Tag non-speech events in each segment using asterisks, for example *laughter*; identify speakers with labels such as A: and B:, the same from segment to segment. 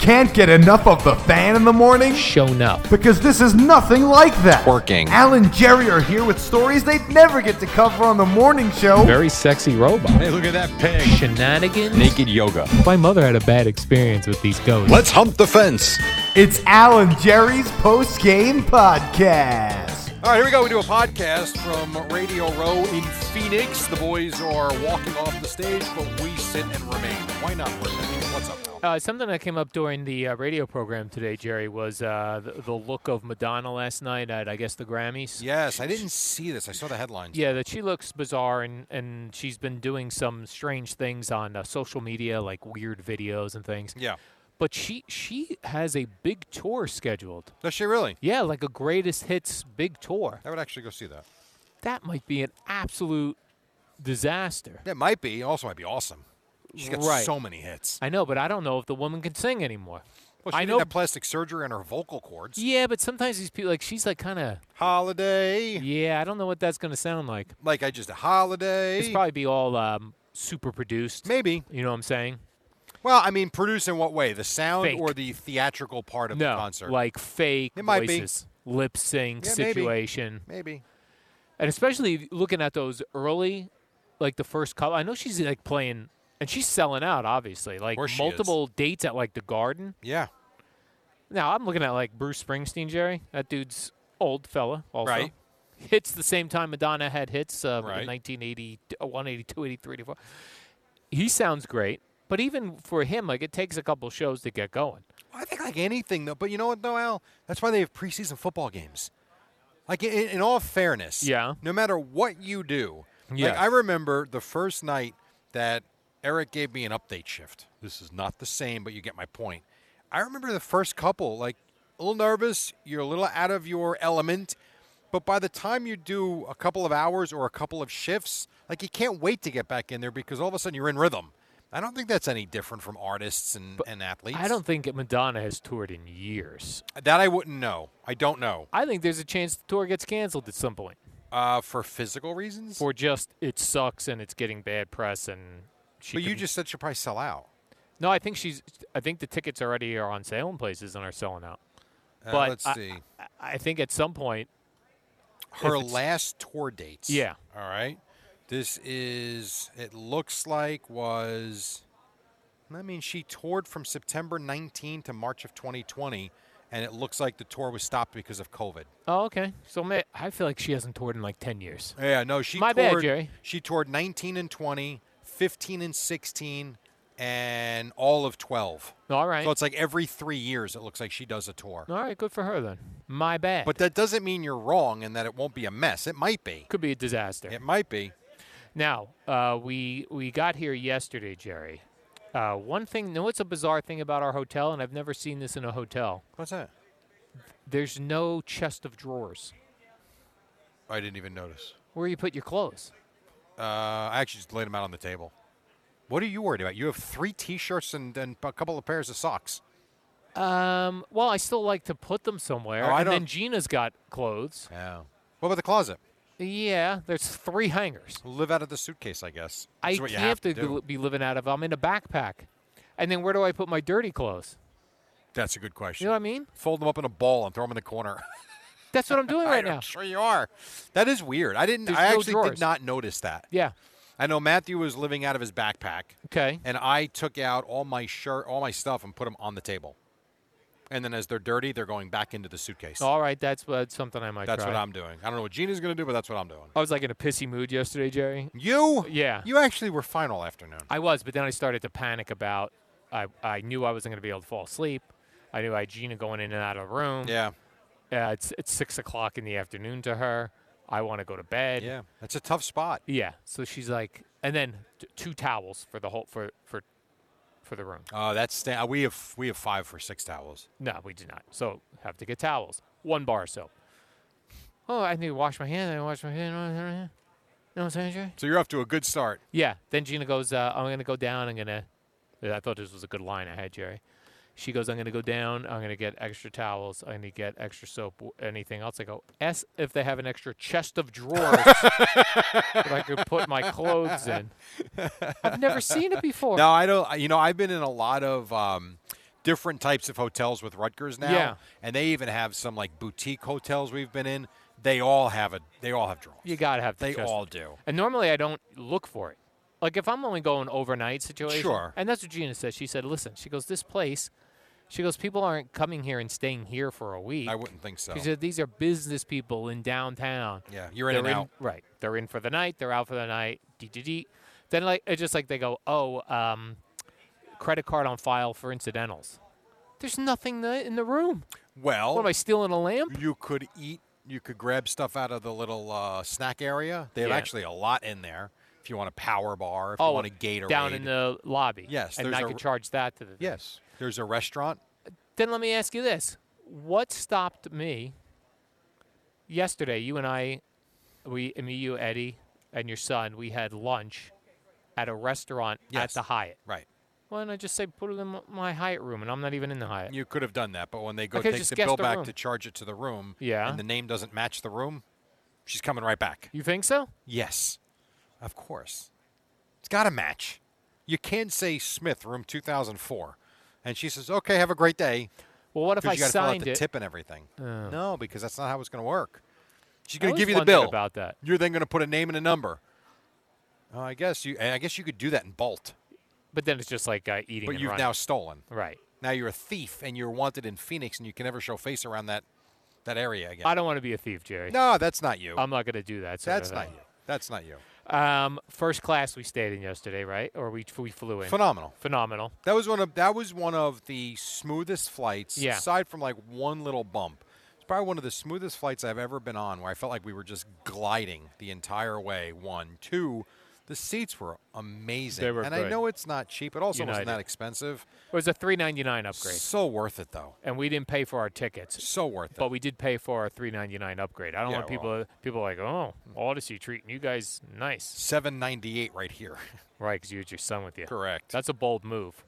A: Can't get enough of the fan in the morning?
B: shown up.
A: Because this is nothing like that.
C: Working.
A: Al and Jerry are here with stories they'd never get to cover on the morning show.
B: Very sexy robot.
C: Hey, look at that pig.
B: Shenanigans.
C: Naked yoga.
B: My mother had a bad experience with these ghosts.
C: Let's hump the fence.
A: It's Al and Jerry's post game podcast.
D: All right, here we go. We do a podcast from Radio Row in Phoenix. The boys are walking off the stage, but we sit and remain. Why not? We're sitting. What's up, pal?
B: Uh, something that came up during the uh, radio program today, Jerry, was uh, the, the look of Madonna last night at, I guess, the Grammys.
D: Yes, I didn't see this. I saw the headlines.
B: Yeah, that she looks bizarre and, and she's been doing some strange things on uh, social media, like weird videos and things.
D: Yeah.
B: But she she has a big tour scheduled.
D: Does she really?
B: Yeah, like a greatest hits big tour.
D: I would actually go see that.
B: That might be an absolute disaster.
D: That might be. Also, might be awesome. She's got
B: Right.
D: so many hits.
B: I know, but I don't know if the woman can sing anymore.
D: Well, she
B: I
D: didn't
B: know
D: have plastic surgery on her vocal cords.
B: Yeah, but sometimes these people, like, she's like kind of,
D: Holiday.
B: yeah, I don't know what that's going to sound like.
D: Like I just a holiday.
B: It's probably be all um, super produced.
D: Maybe.
B: You know what I'm saying?
D: Well, I mean, produce in what way? The sound
B: Fake.
D: or the theatrical part of
B: no,
D: the concert?
B: like fake
D: It might be.
B: voices, lip sync
D: Yeah, maybe.
B: situation.
D: Maybe.
B: And especially looking at those early, like the first couple. I know she's like playing, and she's selling out, obviously. Like
D: course she is.
B: multiple dates at like the garden.
D: Yeah.
B: Now I'm looking at like Bruce Springsteen, Jerry. That dude's old fella, also.
D: Right.
B: Hits the same time Madonna had hits uh,
D: Right.
B: in 1981, 82, 83, 84. He sounds great, but even for him, like it takes a couple shows to get going.
D: I think like anything though, but you know what though, Al? That's why they have preseason football games. Like in, in all fairness,
B: Yeah.
D: No matter what you do,
B: Yes.
D: like I remember the first night that Eric gave me an update shift. This is not the same, but you get my point. I remember the first couple, like a little nervous, you're a little out of your element, but by the time you do a couple of hours or a couple of shifts, like you can't wait to get back in there because all of a sudden you're in rhythm. I don't think that's any different from artists and, and athletes.
B: I don't think Madonna has toured in years.
D: That I wouldn't know. I don't know.
B: I think there's a chance the tour gets canceled at some point
D: Uh, for physical reasons?
B: for just it sucks and it's getting bad press and she.
D: but you
B: couldn't-
D: just said she'll probably sell out.
B: no, I think she's. I think the tickets already are on sale in places and are selling out.
D: Uh,
B: but
D: let's
B: I-
D: see.
B: I, I think at some point
D: Her
B: it's-
D: last tour dates.
B: Yeah.
D: All right. This is, it looks like was, I mean, she toured from September 19 to March of 2020, and it looks like the tour was stopped because of COVID.
B: Oh, okay. So may, I feel like she hasn't toured in like 10 years.
D: Yeah, no, she
B: My bad,
D: toured,
B: Jerry.
D: She toured 19 and 20, 15 and 16, and all of 12.
B: All right.
D: So it's like every three years, it looks like she does a tour.
B: All right, good for her then. My bad.
D: But that doesn't mean you're wrong and that it won't be a mess. It might be.
B: could be a disaster.
D: It might be.
B: Now, uh, we we got here yesterday, Jerry. Uh, one thing, no, it's a bizarre thing about our hotel, and I've never seen this in a hotel.
D: What's that?
B: There's no chest of drawers
D: I didn't even notice.
B: where you put your clothes.
D: Uh, I actually just laid them out on the table. What are you worried about? You have three T-shirts and, and a couple of pairs of socks.
B: Um, well, I still like to put them somewhere.
D: Oh, I
B: and then
D: don't-
B: Gina's got clothes.
D: Yeah. What about the closet?
B: Yeah, there's three hangers.
D: Live out of the suitcase, I guess.
B: I
D: That's
B: can't
D: what you have to
B: be-
D: do.
B: be living out of. I'm in a backpack, and then where do I put my dirty clothes?
D: That's a good
B: You
D: question.
B: know what I mean?
D: Fold them up in a ball and throw them in the corner. *laughs*
B: That's what I'm doing right now.
D: I'm sure you are. That is weird. I didn't.
B: There's
D: I
B: no
D: actually
B: drawers.
D: did not notice that.
B: Yeah.
D: I know Matthew was living out of his backpack.
B: Okay.
D: and I took out all my shirt, all my stuff, and put them on the table. and then as they're dirty, they're going back into the suitcase.
B: All right, that's what, something Oh, I might
D: that's
B: try.
D: what I'm doing. I don't know what Gina's going to do, but that's what I'm doing.
B: I was like in a pissy mood yesterday, Jerry.
D: You?
B: Yeah.
D: You actually were fine all afternoon.
B: I was, but then I started to panic about. I, I knew I wasn't going to be able to fall asleep. I knew I had Gina going in and out of the room.
D: Yeah.
B: Uh, it's it's six o'clock in the afternoon to her. I want to go to bed.
D: Yeah. That's a tough spot.
B: Yeah. So she's like, and then t- two towels for the whole for for for the room.
D: Uh, that's sta- we have we have five for six towels.
B: No, we did not. So have to get towels. One bar of soap. Oh, I need to wash my hands. I need to wash my hands. You know what I'm saying, Jerry?
D: So you're off to a good start.
B: Yeah. Then Gina goes, uh, I'm going to go down. I'm going to. I thought this was a good line I had, Jerry. She goes, I'm going to go down. I'm going to get extra towels. I'm going to get extra soap, w- anything else. I go, S if they have an extra chest of drawers that I could put my clothes in. I've never seen it before.
D: No, I don't. I- You know, I've been in a lot of um, different types of hotels with Rutgers now,
B: Yeah.
D: and they even have some like boutique hotels we've been in. They all have a. They all have drawers.
B: You got to have the
D: they
B: chest-
D: all do.
B: And normally I don't look for it. Like if I'm only going overnight situation.
D: Sure.
B: And that's what Gina said. She said, listen, she goes, this place, she goes, people aren't coming here and staying here for a week.
D: I wouldn't think so.
B: She said, these are business people in downtown.
D: Yeah, you're in
B: They're
D: and out.
B: Right. They're in for the night. They're out for the night. Dee-dee-dee. Then like it's just like they go, oh, um, credit card on file for incidentals. There's nothing th- in the room.
D: Well,
B: What am I stealing a lamp?
D: you could eat. You could grab stuff out of the little uh, snack area. They have
B: Yeah.
D: actually a lot in there. If you want a power bar, if you
B: oh,
D: want a Gatorade,
B: down in the lobby.
D: Yes,
B: and
D: there's
B: I
D: a
B: could
D: r-
B: charge that to the. thing.
D: yes, there's a restaurant.
B: Then let me ask you this: What stopped me yesterday? You and I, we, me, you, Eddie, and your son, we had lunch at a restaurant
D: Yes.
B: at the Hyatt.
D: Right.
B: Why don't I just say put it in m- my Hyatt room, and I'm not even in the Hyatt?
D: You could have done that, but when they go
B: could've
D: take
B: just
D: the
B: guessed
D: bill
B: the
D: back
B: room.
D: to charge it to the room,
B: Yeah.
D: and the name doesn't match the room, she's coming right back.
B: You think so?
D: Yes, of course. It's got to match. You can't say Smith, room 2004, and she says, "Okay, have a great day."
B: Well, what if I
D: Because you got to fill out
B: signed
D: the
B: it? Oh.
D: tip and everything. No, because that's not how it's going to work. She's
B: I
D: going to
B: always
D: give you the
B: wondered
D: bill.
B: about that.
D: You're then going to put a name and a number. Uh, I guess you. and I guess you could do that in Bolt,
B: But then it's just like uh, eating.
D: but
B: and
D: you've
B: running.
D: now stolen.
B: right.
D: Now you're a thief, and you're wanted in Phoenix, and you can never show face around that that area again.
B: I don't want to be a thief, Jerry.
D: no, that's not you.
B: I'm not going to do that. sort *laughs*
D: that's
B: of
D: not
B: thing.
D: you. That's not you.
B: Um, first class we stayed in yesterday, right? Or we we flew in.
D: Phenomenal.
B: Phenomenal.
D: That was one of that was one of the smoothest flights.
B: Yeah.
D: Aside from like one little bump, it's probably one of the smoothest flights I've ever been on, where I felt like we were just gliding the entire way. One, two, the seats were amazing.
B: They were
D: and I
B: good.
D: know it's not cheap. It also wasn't
B: United.
D: that expensive.
B: It was a 3.99 upgrade,
D: So worth it though.
B: and we didn't pay for our tickets.
D: So worth it.
B: But we did pay for our 3.99 upgrade. I don't
D: Yeah,
B: want people people like, oh, Odyssey treating you guys nice,
D: Seven ninety eight right here. *laughs*
B: right? Because you had your son with you.
D: Correct.
B: That's a bold move.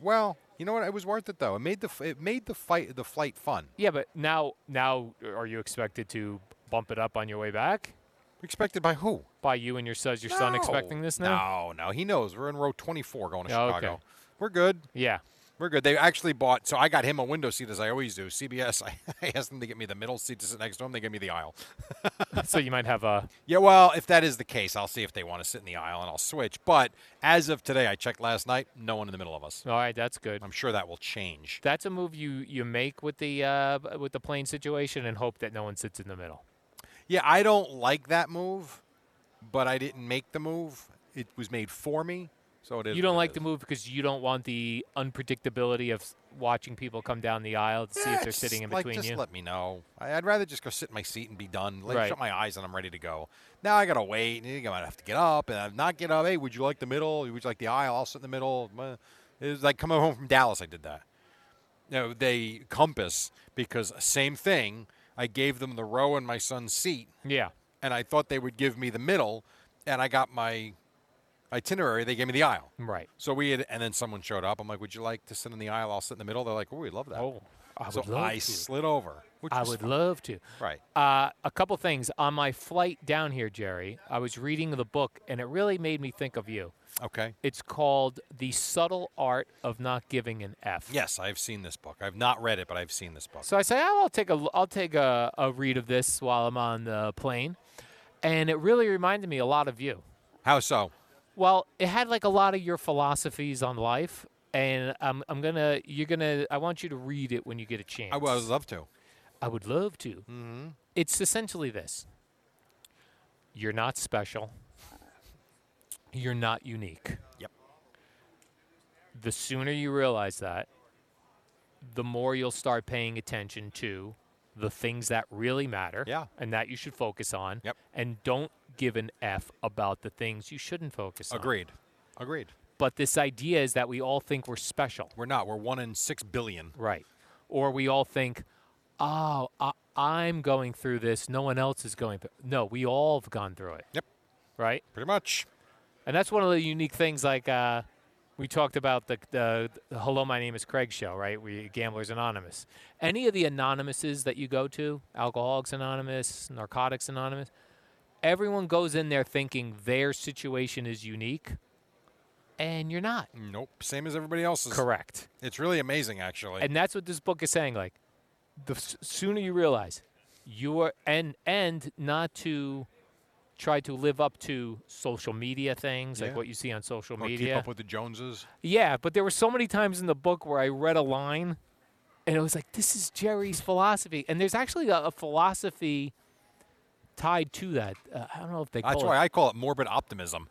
D: well, you know what? It was worth it though. It made the f- it made the fight the flight fun.
B: Yeah, but now now are you expected to bump it up on your way back?
D: Expected by who?
B: By you and your son, your son expecting this now?
D: No, no, he knows. We're in row 24 going to
B: Oh, okay.
D: Chicago. We're good.
B: Yeah.
D: We're good. They actually bought, so I got him a window seat as I always do. CBS, *laughs* I, I asked them to get me the middle seat to sit next to him. They gave me the aisle.
B: so you might have a
D: Yeah, well, if that is the case, I'll see if they want to sit in the aisle and I'll switch. But as of today, I checked last night, no one in the middle of us.
B: All right, that's good.
D: I'm sure that will change.
B: That's a move you you make with the uh, b- with the plane situation and hope that no one sits in the middle.
D: Yeah, I don't like that move, but I didn't make the move. It was made for me, so it is.
B: You don't
D: what it
B: like the
D: is.
B: move because you don't want the unpredictability of s- watching people come down the aisle to see
D: Yeah,
B: if they're
D: just,
B: sitting in
D: like,
B: between
D: just
B: you.
D: let me know. I- I'd rather just go sit in my seat and be done. Let
B: Right.
D: shut my eyes and I'm ready to go. Now I gotta wait. And I might have to get up and I'm not get up. Hey, would you like the middle? Would you like the aisle? I'll sit in the middle. Uh, It was like coming home from Dallas. I did that. No, they compass because same thing. I gave them the row in my son's seat,
B: Yeah.
D: and I thought they would give me the middle, and I got my itinerary. They gave me the aisle.
B: mm, Right.
D: So we had, and then someone showed up. I'm like, "Would you like to sit in the aisle? I'll sit in the middle." They're like, "Oh, we love that."
B: Oh, I
D: so
B: would love
D: I
B: to.
D: slid over. Which
B: I
D: was
B: would
D: fun.
B: love to.
D: Right.
B: Uh, a couple things on my flight down here, Jerry. I was reading the book, and it really made me think of you.
D: Okay.
B: It's called "The Subtle Art of Not Giving an F."
D: Yes, I've seen this book. I've not read it, but I've seen this book.
B: So I say, oh, I'll take a l- I'll take a, a read of this while I'm on the plane, and it really reminded me a lot of you.
D: How so?
B: Well, it had like a lot of your philosophies on life, and I'm I'm gonna you're gonna I want you to read it when you get a chance.
D: I Mm-hmm. would I would love to.
B: I would love to. It's essentially this you're not special, you're not unique.
D: Yep.
B: The sooner you realize that, the more you'll start paying attention to the things that really matter
D: Yeah.
B: and that you should focus on.
D: Yep.
B: And don't give an F about the things you shouldn't focus on.
D: Agreed. Agreed.
B: But this idea is that we all think we're special.
D: We're not. We're one in six billion.
B: Right. Or we all think, oh, I, I'm going through this. No one else is going through. No, we all have gone through it.
D: Yep.
B: Right.
D: Pretty much.
B: And that's one of the unique things. Like uh, we talked about the, the, the "Hello, my name is Craig" show. Right. We Gamblers Anonymous. Any of the anonymouses that you go to, Alcoholics Anonymous, Narcotics Anonymous, everyone goes in there thinking their situation is unique, and you're not.
D: Nope. Same as everybody else's.
B: Correct.
D: It's really amazing, actually.
B: and that's what this book is saying like the s- sooner you realize you are and and not to try to live up to social media things like
D: Yeah.
B: what you see on social
D: or
B: media
D: keep up with the Joneses.
B: yeah but there were so many times in the book where i read a line and it was like this is
D: *laughs*
B: jerry's philosophy and there's actually a, a philosophy tied to that uh, i don't know if they call
D: That's
B: it
D: why I call it morbid optimism.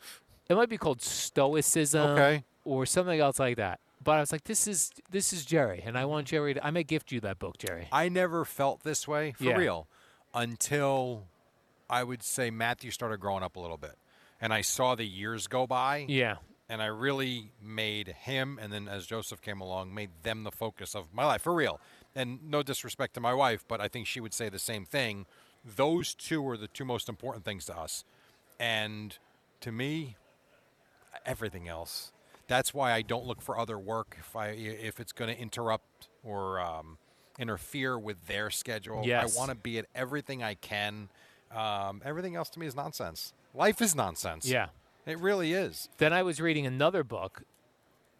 B: it might be called stoicism
D: Okay.
B: or something else like that but i was like this is this is jerry and i want jerry to i may gift you that book jerry
D: I never felt this way for
B: Yeah.
D: real until I would say Matthew started growing up a little bit. And I saw the years go by.
B: yeah
D: And I really made him, and then as Joseph came along, made them the focus of my life for real. And no disrespect to my wife, but I think she would say the same thing. Those two were the two most important things to us. And to me, everything else. That's why I don't look for other work if I if it's going to interrupt or um, interfere with their schedule.
B: Yes.
D: I want to be at everything I can. Um, everything else to me is nonsense. Life is nonsense.
B: Yeah.
D: it really is.
B: Then I was reading another book,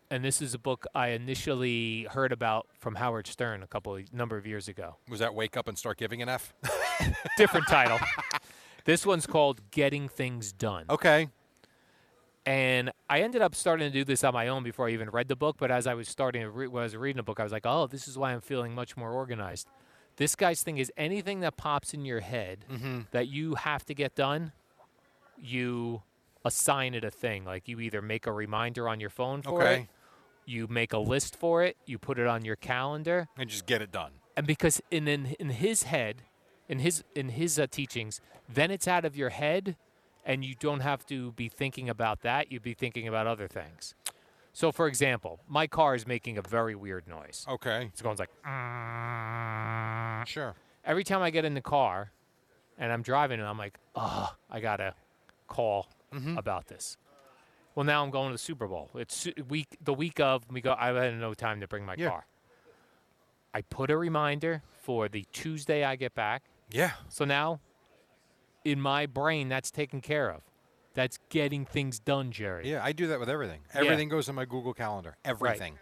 B: and this is a book I initially heard about from Howard Stern a couple of, number of years ago.
D: Was that wake up and start giving an F? *laughs*
B: Different title. This one's called Getting Things Done.
D: okay.
B: And I ended up starting to do this on my own before I even read the book. But as I was starting to read, when I was reading the book, I was like, oh, this is why I'm feeling much more organized. This guy's thing is anything that pops in your head that you have to get done, you assign it a thing. Like you either make a reminder on your phone for it,
D: Okay.
B: you make a list for it, you put it on your calendar,
D: And just get it done.
B: and because in in, in his head, in his in his uh, teachings, then it's out of your head, and you don't have to be thinking about that. You'd be thinking about other things. So, for example, my car is making a very weird noise.
D: Okay.
B: It's going like Mm.
D: Sure.
B: every time I get in the car, and I'm driving, and I'm like, oh, I gotta call about this. Well, now I'm going to the Super Bowl. It's su- week the week of. We go. I had no time to bring my
D: Yeah.
B: car. I put a reminder for the Tuesday I get back.
D: Yeah.
B: So now, in my brain, that's taken care of. That's getting things done, Jerry.
D: Yeah. I do that with everything. Everything goes in my Google Calendar. Everything.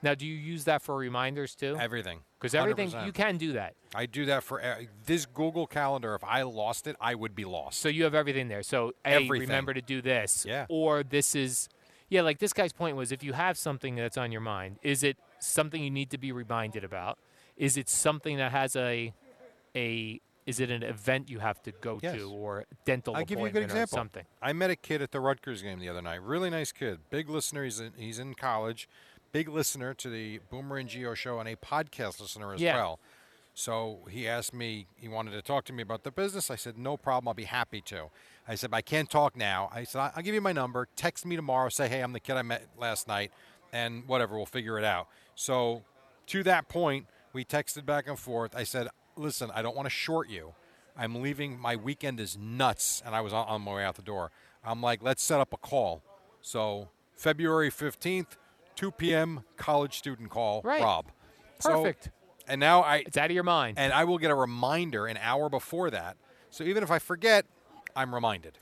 B: Now, do you use that for reminders too?
D: Everything.
B: Because everything
D: 100%.
B: you can do that.
D: I do that for e- this Google Calendar. If I lost it, I would be lost.
B: So you have everything there. So a
D: Everything.
B: remember to do this.
D: Yeah.
B: Or this is, yeah. Like this guy's point was, if you have something that's on your mind, is it something you need to be reminded about? Is it something that has a, a? Is it an event you have to go
D: Yes.
B: to or dental
D: I'll give you a
B: appointment
D: good
B: or
D: example.
B: something?
D: I met a kid at the Rutgers game the other night. Really nice kid. Big listener. He's in, he's in college. Big listener to the Boomer and Geo show and a podcast listener as
B: Yeah.
D: well. So he asked me, he wanted to talk to me about the business. I said, no problem. I'll be happy to. I said, but I can't talk now. I said, "I- I'll give you my number. Text me tomorrow. Say, hey, I'm the kid I met last night and whatever. We'll figure it out. So to that point, we texted back and forth. I said, listen, I don't want to short you. I'm leaving. My weekend is nuts. And I was on, on my way out the door. I'm like, let's set up a call. So February 15th, 2 p.m., college student call,
B: Right.
D: Rob. So-
B: Perfect.
D: and now I,
B: It's out of your mind.
D: and I will get a reminder an hour before that. So even if I forget, I'm reminded.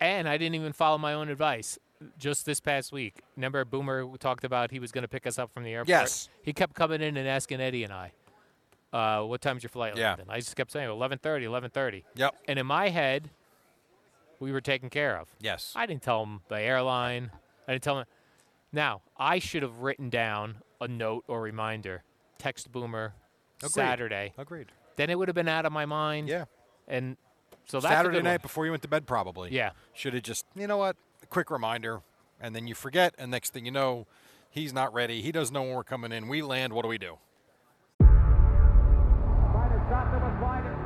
B: And I didn't even follow my own advice. Just this past week, remember Boomer talked about he was going to pick us up from the airport.
D: Yes.
B: He kept coming in and asking Eddie and I, uh, "What time's your flight?"
D: Yeah.
B: Landon? I just kept saying 11:30, 11:30.
D: Yep.
B: And in my head, we were taken care of.
D: Yes.
B: I didn't tell him the airline. I didn't tell him. Now, I should have written down a note or reminder. Text Boomer
D: Oh, Agreed.
B: Saturday.
D: Agreed.
B: Then it would have been out of my mind.
D: Yeah.
B: And so that's a
D: Saturday
B: good
D: night
B: one.
D: before you went to bed, probably.
B: Yeah.
D: Should have just, you know what, a quick reminder, and then you forget, and next thing you know, he's not ready. He doesn't know when we're coming in. We land. What do we do?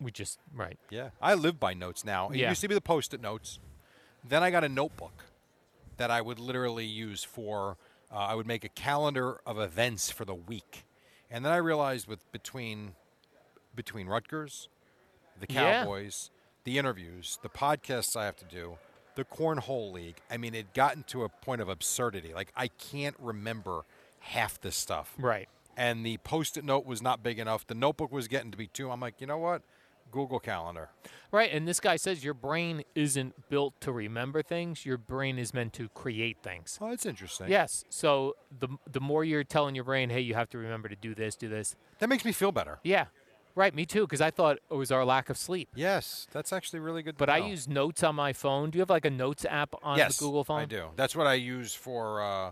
B: We just, right.
D: Yeah. I live by notes now. It
B: Yeah.
D: used to be the post it notes. Then I got a notebook that I would literally use for, uh, I would make a calendar of events for the week. And then I realized with between between Rutgers, the
B: Yeah.
D: Cowboys, the interviews, the podcasts I have to do, the Cornhole League. I mean, it gotten to a point of absurdity. Like, I can't remember half this stuff.
B: Right.
D: And the post it note was not big enough. The notebook was getting to be too. I'm like, you know what? Google Calendar.
B: Right. And this guy says your brain isn't built to remember things, your brain is meant to create things.
D: Oh, that's interesting.
B: Yes. So the the more you're telling your brain, hey, you have to remember to do this, do this.
D: That makes me feel better.
B: Yeah. Right. Me too. Because I thought it was our lack of sleep.
D: Yes, that's actually really good. to
B: But I
D: know.
B: use notes on my phone. Do you have like a notes app on
D: yes,
B: the Google phone?
D: I do. That's what I use for uh,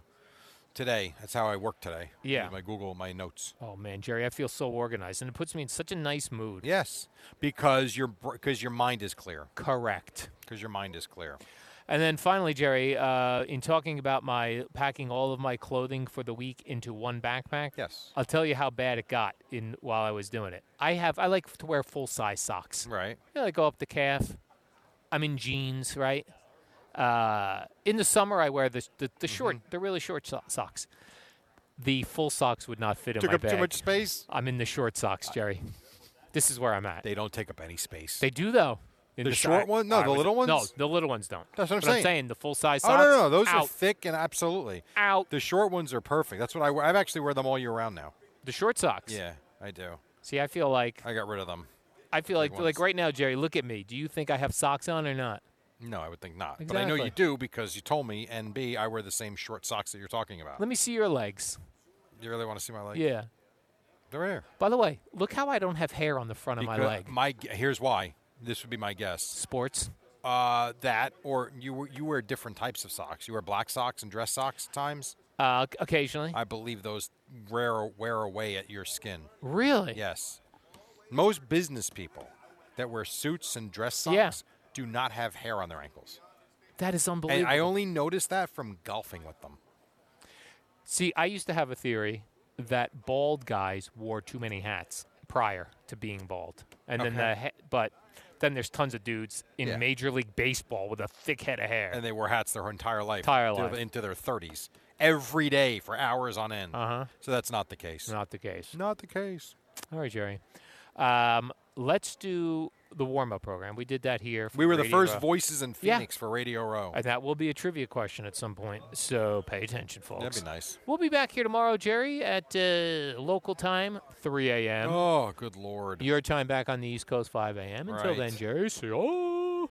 D: today. That's how I work today. I
B: Yeah.
D: use my Google, my notes.
B: Oh man, Jerry, I feel so organized, and it puts me in such a nice mood.
D: Yes, because your because your mind is clear.
B: Correct.
D: Because your mind is clear.
B: And then finally, Jerry, uh, in talking about my packing all of my clothing for the week into one backpack,
D: Yes.
B: I'll tell you how bad it got in while I was doing it. I have I like to wear full size socks.
D: Right.
B: You know, I go up the calf. I'm in jeans, right? Uh, in the summer, I wear the the,
D: Mm-hmm.
B: the short, the really short so- socks. The full socks would not fit in
D: Took
B: my
D: up
B: bag.
D: too much space.
B: I'm in the short socks, Jerry. This is where I'm at.
D: They don't take up any space.
B: They do though. In
D: The
B: si- Oh,
D: short one? No,
B: I
D: the
B: was-
D: little
B: No,
D: ones?
B: the little ones don't.
D: That's what I'm
B: But
D: saying.
B: the full size
D: oh
B: socks.
D: no, no, no, those are
B: out,
D: thick and absolutely.
B: out.
D: The short ones are perfect. That's what I wear. I've actually wear them all year round now.
B: The short socks.
D: Yeah, I do.
B: See, I feel like
D: I got rid of them.
B: I feel like like
D: ones.
B: right now, Jerry. Look at me. Do you think I have socks on or not?
D: No, I would think not. But I know you
B: Exactly.
D: do because you told me, and B, I wear the same short socks that you're talking about.
B: Let me see your legs.
D: You really want to see my leg?
B: Yeah.
D: They're right here.
B: By the way, look how I don't have hair on the front of my
D: Because
B: leg.
D: My gu- here's why. This would be my guess.
B: Sports.
D: Uh, that or you w- you wear different types of socks. You wear black socks and dress socks at times.
B: Uh, c- occasionally.
D: I believe those wear wear away at your skin.
B: really?
D: Yes. Most business people that wear suits and dress socks
B: Yeah.
D: do not have hair on their ankles.
B: That is
D: And
B: unbelievable.
D: I only noticed that from golfing with them.
B: See, I used to have a theory that bald guys wore too many hats prior to being bald, and then
D: Okay.
B: the he- but then there's tons of dudes in
D: Yeah.
B: Major League Baseball with a thick head of hair.
D: and they wore hats their entire life,
B: Entire
D: to-
B: life.
D: into their 30s, every day for hours on end.
B: Uh-huh.
D: So that's not the case.
B: Not the case.
D: Not the case.
B: All right, Jerry. Um, let's do the warm-up program. We did that here. for
D: We were the
B: Radio
D: first
B: Row.
D: voices in
B: Yeah.
D: Phoenix for Radio Row.
B: And that will be a trivia question at some point, so pay attention, folks.
D: That'd be nice.
B: We'll be back here tomorrow, Jerry, at uh, local time, 3 a.m.
D: Oh, good lord.
B: Your time back on the East Coast, 5 a.m. Until
D: Right.
B: then, Jerry, see ya.